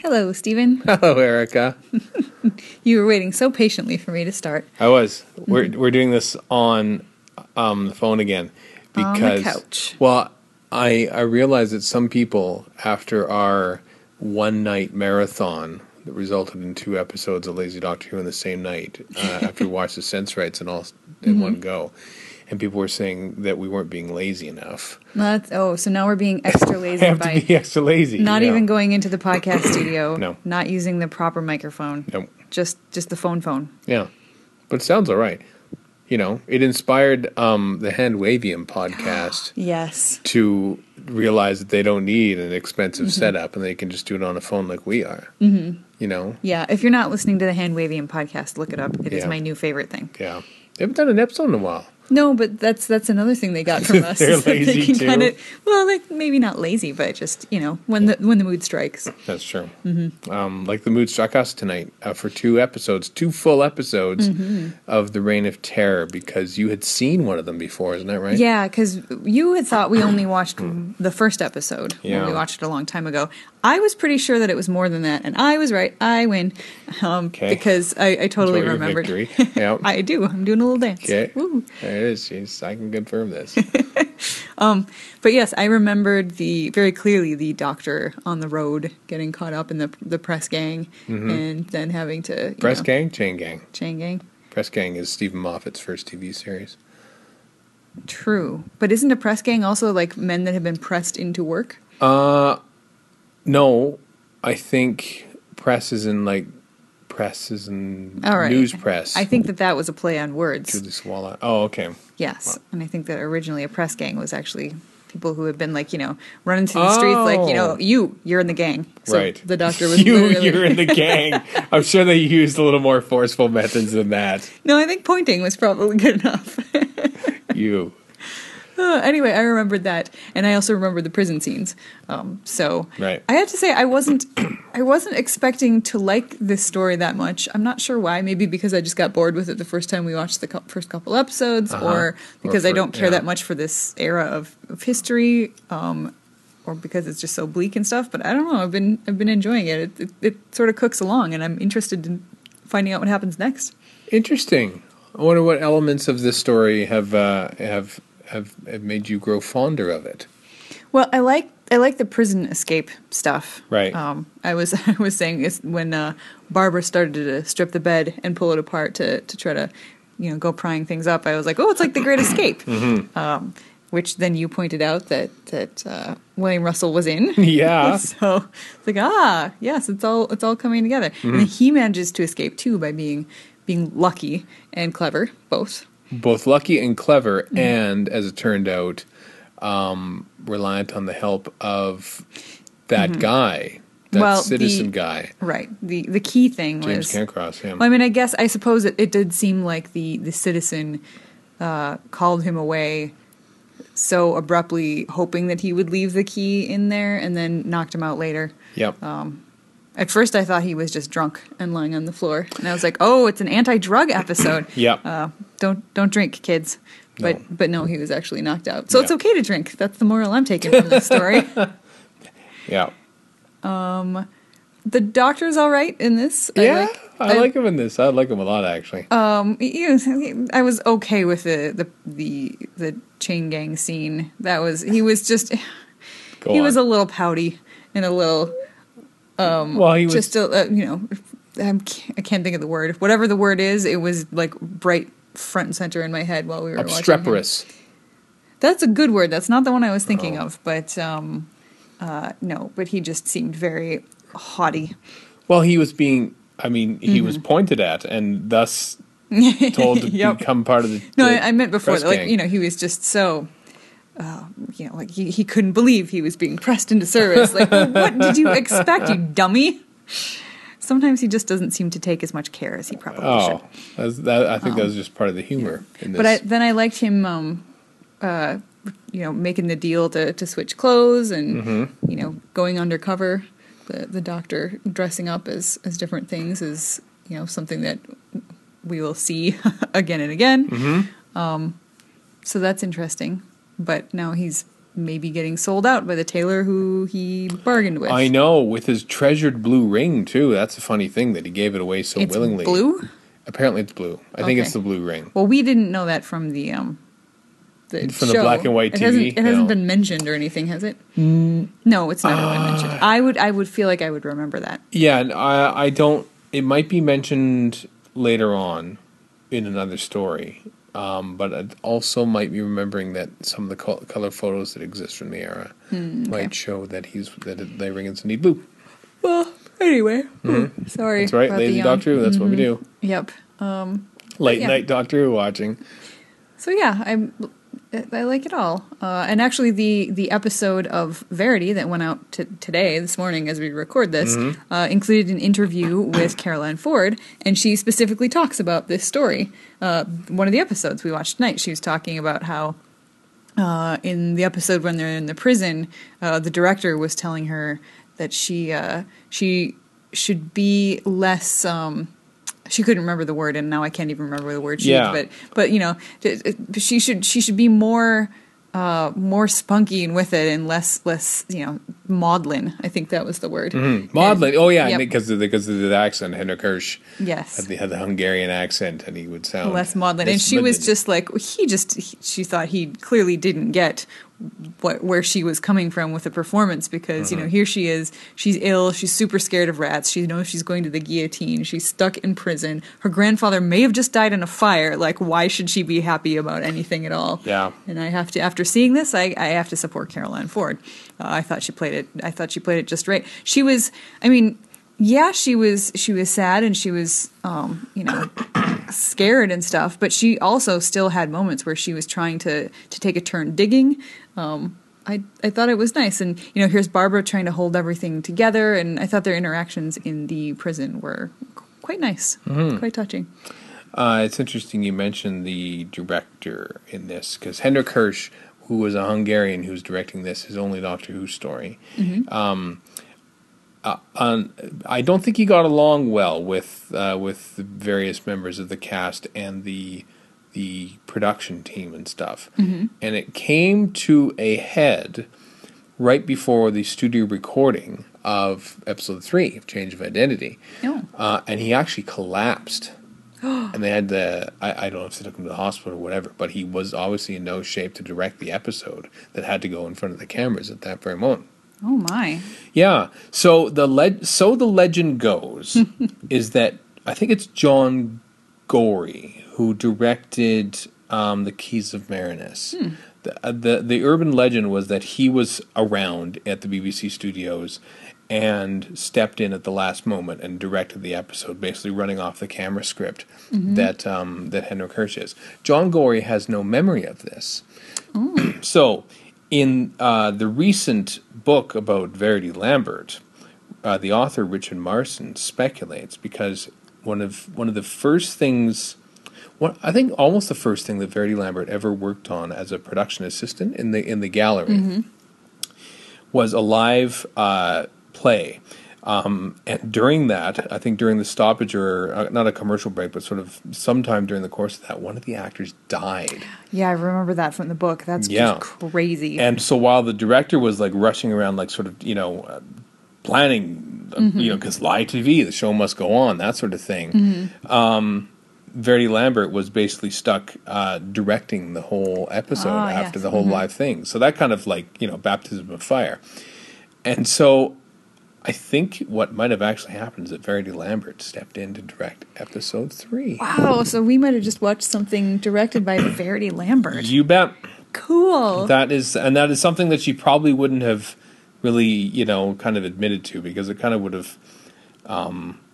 Hello, Stephen. Hello, Erica. You were waiting so patiently for me to start. I was. We're we're doing this on um, the phone again On the because couch. well, I I realized that some people after our one night marathon that resulted in two episodes of Lazy Doctor Who in the same night uh, after we watched the Sense Rights and all s- in one go, and people were saying that we weren't being lazy enough. Well, that's- oh, so now we're being extra I lazy have to by be extra lazy. not you know. even going into the podcast studio. No. Not using the proper microphone. Nope. Just just the phone phone. Yeah, but it sounds all right. You know, it inspired um, the Hand Wavium podcast. Yes. to realize that they don't need an expensive setup and they can just do it on a phone like we are. Mm-hmm. You know, Yeah. If you're not listening to the hand wavy and podcast, look it up. It is Yeah. my new favorite thing. yeah. They haven't done an episode in a while. No, but that's that's another thing they got from us. They're is that lazy, too. kinda- well, like maybe not lazy, but just you know when the when the mood strikes. That's true. Mm-hmm. Um, like the mood struck us tonight uh, for two episodes, two full episodes of the Reign of Terror because you had seen one of them before, isn't that right? Yeah, because you had thought we only watched the first episode Yeah. when we watched it a long time ago. I was pretty sure that it was more than that, and I was right. I win um, 'Kay. because I, I totally Enjoy your remembered. victory. Yeah. I do. I'm doing a little dance. Okay. Woo. There it is. Yes, I can confirm this. But yes, I remembered the very clearly the doctor on the road getting caught up in the the press gang, and then having to you Mm-hmm. Press know, Gang, Chain Gang. chain gang. Press Gang is Stephen Moffat's first TV series. True, but isn't a press gang also like men that have been pressed into work? No, I think press is in like press is in All right, news press. I think that that was a play on words. Julie Swallow. Oh, okay. Yes, and I think that originally a press gang was actually people who had been like you know running through the streets like you know Oh. you you're in the gang. So right. The doctor was you. literally- You're in the gang. I'm sure they used a little more forceful methods than that. no, I think pointing was probably good enough. You. Uh, anyway, I remembered that, and I also remembered the prison scenes. Um, so Right. I have to say I wasn't I wasn't expecting to like this story that much. I'm not sure why. Maybe because I just got bored with it the first time we watched the cou- first couple episodes, or because I Uh-huh. for- don't care yeah. that much for this era of, of history. Um, or because it's just so bleak and stuff, but I don't know. I've been I've been enjoying it. It, it, it sort of cooks along, and I'm interested in finding out what happens next. Interesting. I wonder what elements of this story have uh, have have have made you grow fonder of it. Well, I like I like the prison escape stuff. Right. Um, I was I was saying is when uh, Barbara started to strip the bed and pull it apart to to try to you know go prying things up. I was like, oh, it's like the Great Escape. Mm-hmm. Um, which then you pointed out that that uh, William Russell was in. Yeah. so it's like ah yes, it's all it's all coming together. Mm-hmm. And then he manages to escape too by being being lucky and clever both. Both lucky and clever, Mm. and as it turned out, um, reliant on the help of that guy, that Mm-hmm. Well, the- citizen guy, Right. The the key thing James was Cancross. Him. Well, I mean, I guess I suppose it, it did seem like the the citizen uh, called him away so abruptly, hoping that he would leave the key in there, and then knocked him out later. Yep. oh. At first, I thought he was just drunk and lying on the floor, and I was like, "Oh, it's an anti-drug episode." Yep. Uh, don't don't drink, kids. But No. but no, he was actually knocked out. So it's Yeah. okay to drink. That's the moral I'm taking from this story. yeah. the doctor's all right in this. I yeah, like- I like him in this. I like him a lot, actually. Um, you, I was okay with the, the the the chain gang scene. That was he was just Go he was a on. little pouty and a little well, he was just a uh, you know I'm, ca- I can't think of the word. Whatever the word is, it was like bright front and center in my head while we were watching. him. obstreperous. Oh. That's a good word. That's not the one I was thinking of, but um, uh, no, but he just seemed very haughty. Well, he was being. I mean, he was pointed at and thus told to Mm-hmm. Yep. become part of the. No, the I, I meant before press that. Like gang. you know, he was just so, um, you know, like he, he couldn't believe he was being pressed into service. Like, well, what did you expect, you dummy? Sometimes he just doesn't seem to take as much care as he probably should. Oh, that's, that, I think that was just part of the humor in this. Um, But I, then I liked him, um, uh, you know, making the deal to, to switch clothes and Mm-hmm. you know going undercover. The the doctor dressing up as as different things is you know something that we will see Mm-hmm. again and again. Um, so that's interesting. But now he's maybe getting sold out by the tailor who he bargained with. I know, with his treasured blue ring too. That's a funny thing that he gave it away so it's willingly. blue. Apparently, it's blue. I think it's Okay. the blue ring. Well, we didn't know that from the um the From the show. black and white It hasn't, TV? it hasn't No. been mentioned or anything, has it? no, it's never been mentioned. Ah. I would I would feel like I would remember that. Yeah, and I, I don't. It might be mentioned later on in another story, um, but it also might be remembering that some of the col- color photos that exist from the era Hmm, might show that he's that it- they ring is indeed blue. Well, anyway, Hmm. sorry. Mm-hmm. That's right, about lazy the, um, Doctor Who. That's what we do. Yep. Um, Late Yeah. night Doctor Who watching. So yeah, I I like it all. Uh, and actually, the the episode of Verity that went out t- today, this morning, as we record this, Mm-hmm. uh, included an interview with Caroline Ford, and she specifically talks about this story. Uh, one of the episodes we watched tonight, she was talking about how. Uh, in the episode when they're in the prison, uh, the director was telling her that she uh, she should be less. Um, she couldn't remember the word, and now I can't even remember the word she used, Yeah. but but you know t- t- she should she should be more uh more spunky and with it and less less you know maudlin i think that was the word Maudlin. Oh yeah, Yep. because of the, because of the accent, Henrik Kirsch yes had the, had the Hungarian accent, and he would sound less maudlin and less she was maudlin. just like he just he, she thought he clearly didn't get what where she was coming from with the performance because you know here she is she's ill she's super scared of rats she knows she's going to the guillotine she's stuck in prison her grandfather may have just died in a fire like why should she be happy about anything at all Yeah. and I have to after seeing this, I, I have to support Caroline Ford. Uh, I thought she played it. I thought she played it just right. She was, I mean, yeah, she was she was sad and she was, um, you know, scared and stuff. But she also still had moments where she was trying to to take a turn digging. Um, I I thought it was nice, and you know, here's Barbara trying to hold everything together, and I thought their interactions in the prison were qu- quite nice, Mm-hmm. quite touching. Uh, it's interesting you mentioned the director in this because Hendrik Hirsch, who was a Hungarian who's directing this, his only Doctor Who story. Um, uh, um, I don't think he got along well with uh, with the various members of the cast and the the production team and stuff. And it came to a head right before the studio recording of episode three of Change of Identity. Oh. Uh, and he actually collapsed. and they had the I, I don't know if they took him to the hospital or whatever, but he was obviously in no shape to direct the episode that had to go in front of the cameras at that very moment. Oh my! Yeah. So the leg so the legend goes is that I think it's John Gorey who directed um, the Keys of Marinus. The, uh, the the urban legend was that he was around at the BBC studios and stepped in at the last moment and directed the episode, basically running off the camera script that um, that Henrik Hirsch is. John Gorey has no memory of this. So, in uh, the recent book about Verity Lambert, uh, the author Richard Marson speculates because one of one of the first things, one, I think almost the first thing that Verity Lambert ever worked on as a production assistant in the in the gallery was a live uh, play. Um, and during that, I think during the stoppage or uh, not a commercial break, but sort of sometime during the course of that, one of the actors died. Yeah, I remember that from the book. That's Yeah. just crazy. And so while the director was like rushing around, like sort of, you know, uh, planning, uh, Mm-hmm. you know, because live TV, the show must go on, that sort of thing. Um, Mm-hmm. Verity Lambert was basically stuck uh, directing the whole episode Ah, after yes. the whole live thing. So that kind of like, you know, baptism of fire. And so I think what might have actually happened is that Verity Lambert stepped in to direct episode three. Wow, so we might have just watched something directed by Verity Lambert. You bet. Cool. That is, and that is something that she probably wouldn't have really, you know, kind of admitted to because it kind of would have.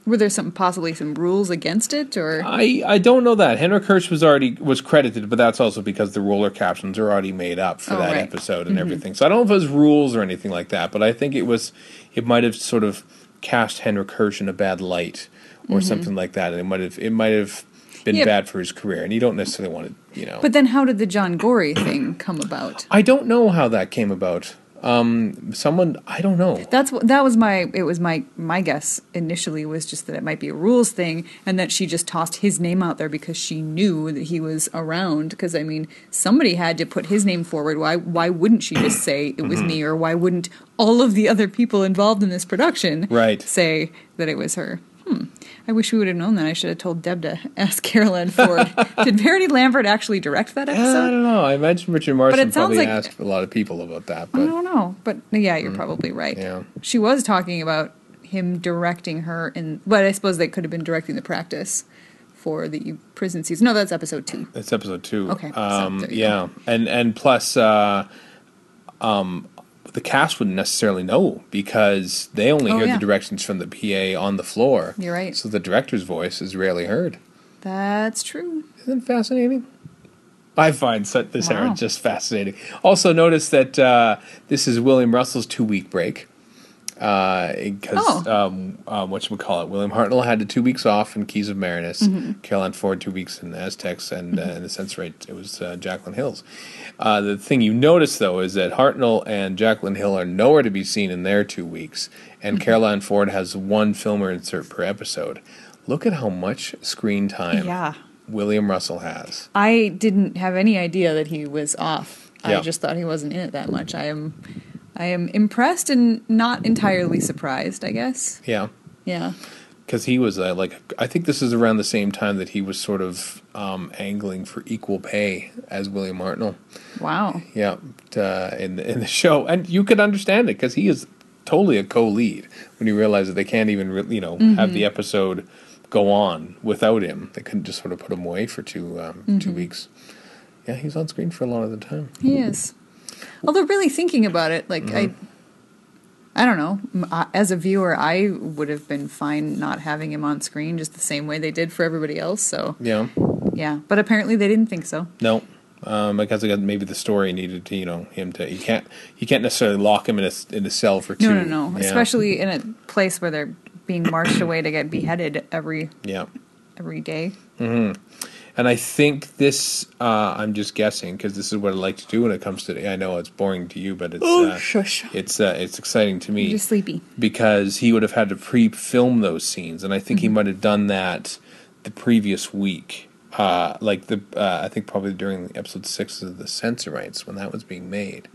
Were there some possibly some rules against it or I I don't know that Henrik Hirsch was already was credited, but that's also because the roller captions are already made up for Oh, that right. episode and everything. So I don't know if it was rules or anything like that, but I think it was. It might have sort of cast Henrik Hirsch in a bad light or something like that, and it might have it might have been Mm-hmm. Yeah. bad for his career, and you don't necessarily want to, you know. But then how did the John Gorey thing come about? I don't know how that came about. Um, someone I don't know. That's what that was my it was my my guess initially was just that it might be a rules thing and that she just tossed his name out there because she knew that he was around because I mean somebody had to put his name forward why why wouldn't she just say it was me or why wouldn't all of the other people involved in this production Right. say that it was her hmm I wish we would have known that I should have told Deb to ask Carolyn Ford did Verity Lambert actually direct that I episode don't know. I imagine Richard Marson sounds probably like- Mm-hmm. asked a lot of people about that, I but Mm-hmm. don't know, but yeah, you're probably right. Yeah. She was talking about him directing her in, but I suppose they could have been directing the practice for the prison season. No, that's episode two. it's episode two. Okay, so Um, there you yeah, and and plus, uh, um, the cast wouldn't necessarily know because they only Oh, hear yeah. the directions from the PA on the floor. You're right. So the director's voice is rarely heard. That's true. Isn't it fascinating? I find such this Wow. era just fascinating. Also, notice that uh, this is William Russell's two week break. Because, Oh. um, uh, whatchamacallit, William Hartnell had the two weeks off in Keys of Marinus, Caroline Ford two weeks in Aztecs, and uh, in the sense rate, it was uh, Jacqueline Hill's. Uh, the thing you notice, though, is that Hartnell and Jacqueline Hill are nowhere to be seen in their two weeks, and Caroline Ford has one filmer insert per episode. Look at how much screen time Yeah. William Russell has. I didn't have any idea that he was off. I Yeah. just thought he wasn't in it that much. I am, I am impressed and not entirely surprised. I guess. Yeah. Yeah. Because he was uh, like, I think this is around the same time that he was sort of um, angling for equal pay as William Hartnell. Wow. Yeah, uh, in the, in the show, and you could understand it because he is totally a co-lead when you realize that they can't even re- you know have the episode go on without him. They couldn't just sort of put him away for two um, two weeks. Yeah, he's on screen for a lot of the time. He is. Although, really thinking about it, like I, I don't know. M- I- As a viewer, I would have been fine not having him on screen, just the same way they did for everybody else. So Yeah, yeah, but apparently they didn't think so. no, um, because I got maybe the story needed to you know him to you can't you can't necessarily lock him in a s- in a cell for two. No, no, no. Yeah. Especially in a place where they're being marched away to get beheaded every yeah. every day. And I think this, uh, I'm just guessing because this is what I like to do when it comes to. I know it's boring to you, but it's Oh, uh, shush. it's uh, it's exciting to me You're just sleepy. because he would have had to pre-film those scenes, and I think he might have done that the previous week, uh, like the uh, I think probably during episode six of the Censorites when that was being made.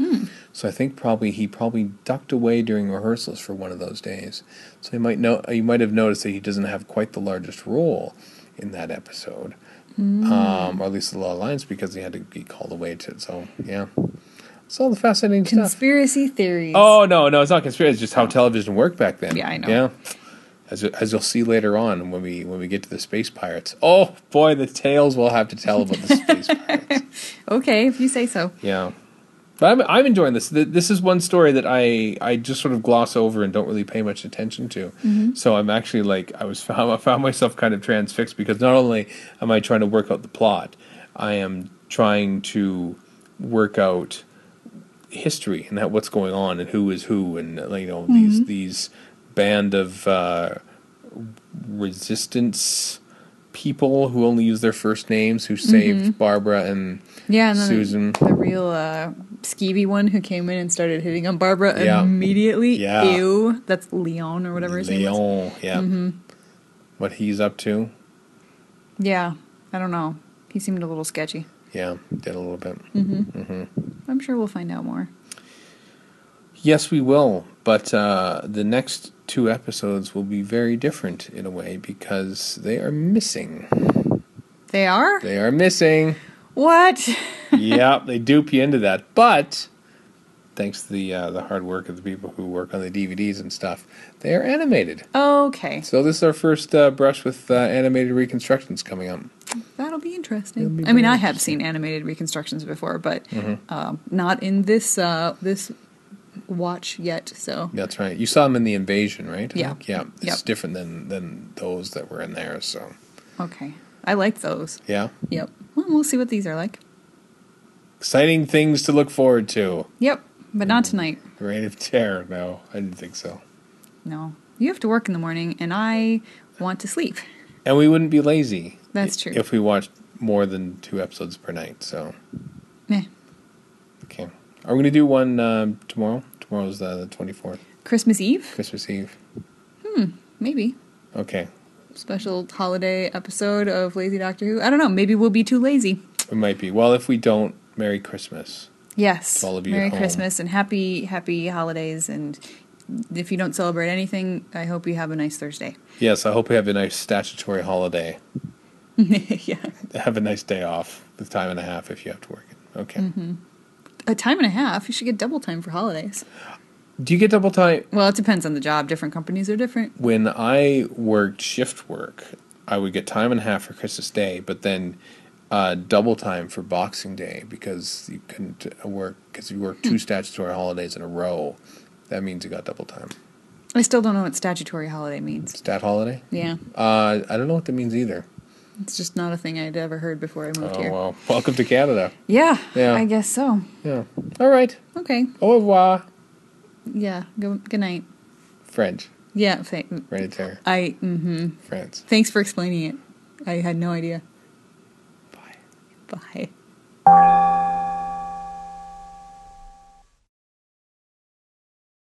So I think probably he probably ducked away during rehearsals for one of those days. So you might know you might have noticed that he doesn't have quite the largest role in that episode. Um, or at least the law lines because he had to be called away to so yeah. It's all the fascinating stuff. Conspiracy theories. Oh no, no, it's not conspiracy. It's just how television worked back then. Yeah, I know. Yeah, as as you'll see later on when we when we get to the space pirates. Oh boy, the tales we'll have to tell about the space pirates. Okay, if you say so. Yeah, but I'm I'm enjoying this. Th- This is one story that I I just sort of gloss over and don't really pay much attention to. So I'm actually like I was found, I found myself kind of transfixed because not only am I trying to work out the plot, I am trying to work out history and that what's going on and who is who and uh, you know these these band of uh, resistance people who only use their first names who saved Barbara and Yeah, and then Susan. The, the real uh, skeevy one who came in and started hitting on Barbara Yeah. immediately. Yeah. Ew. That's Leon or whatever his name was. Leon, yeah. What he's up to, Yeah, I don't know. He seemed a little sketchy. yeah, did a little bit. I'm sure we'll find out more. Yes, we will, but uh, the next two episodes will be very different in a way because they are missing. They are? They are missing. What? yep, they dupe you into that. But thanks to the uh, the hard work of the people who work on the DVDs and stuff, they are animated. Okay. So this is our first uh, brush with uh, animated reconstructions coming up. That'll be It'll interesting. be I mean, very I have seen animated reconstructions before, but Mm-hmm. um, not in this uh, this watch yet. So That's right. You saw them in the invasion, right? I Yeah. think? Yeah. It's Yep. different than than those that were in there. So okay, I like those. yeah, Yep. Well, we'll see what these are like. exciting things to look forward to. Yep, but not tonight. Reign of Terror. No, I didn't think so. No, you have to work in the morning, and I want to sleep. And we wouldn't be lazy. That's i- true. If we watched more than two episodes per night. So Eh. okay, are we gonna do one um tomorrow? Tomorrow's uh, the 24th, Christmas Eve? Christmas Eve. Maybe. Okay. Special holiday episode of Lazy Doctor Who. I don't know. Maybe we'll be too lazy. It might be. Well, if we don't, Merry Christmas. Yes. To all of you at Merry home. Christmas and happy, happy holidays. And if you don't celebrate anything, I hope you have a nice Thursday. Yes, I hope you have a nice statutory holiday. yeah. Have a nice day off with time and a half if you have to work it. Okay. Mm. A time and a half. You should get double time for holidays. Do you get double time? Well, it depends on the job. Different companies are different. When I worked shift work, I would get time and a half for Christmas Day, but then uh, double time for Boxing Day because you couldn't uh, work, because you worked two statutory holidays in a row. That means you got double time. I still don't know what statutory holiday means. Stat holiday? Yeah. Uh, I don't know what that means either. It's just not a thing I'd ever heard before I moved Oh, here. well. Welcome to Canada. Yeah, Yeah. I guess so. Yeah. All right. Okay. Au revoir. Yeah. Go, good night. French. Yeah. Th- Hereditary. I. Mm-hmm. France. Thanks for explaining it. I had no idea. Bye. Bye.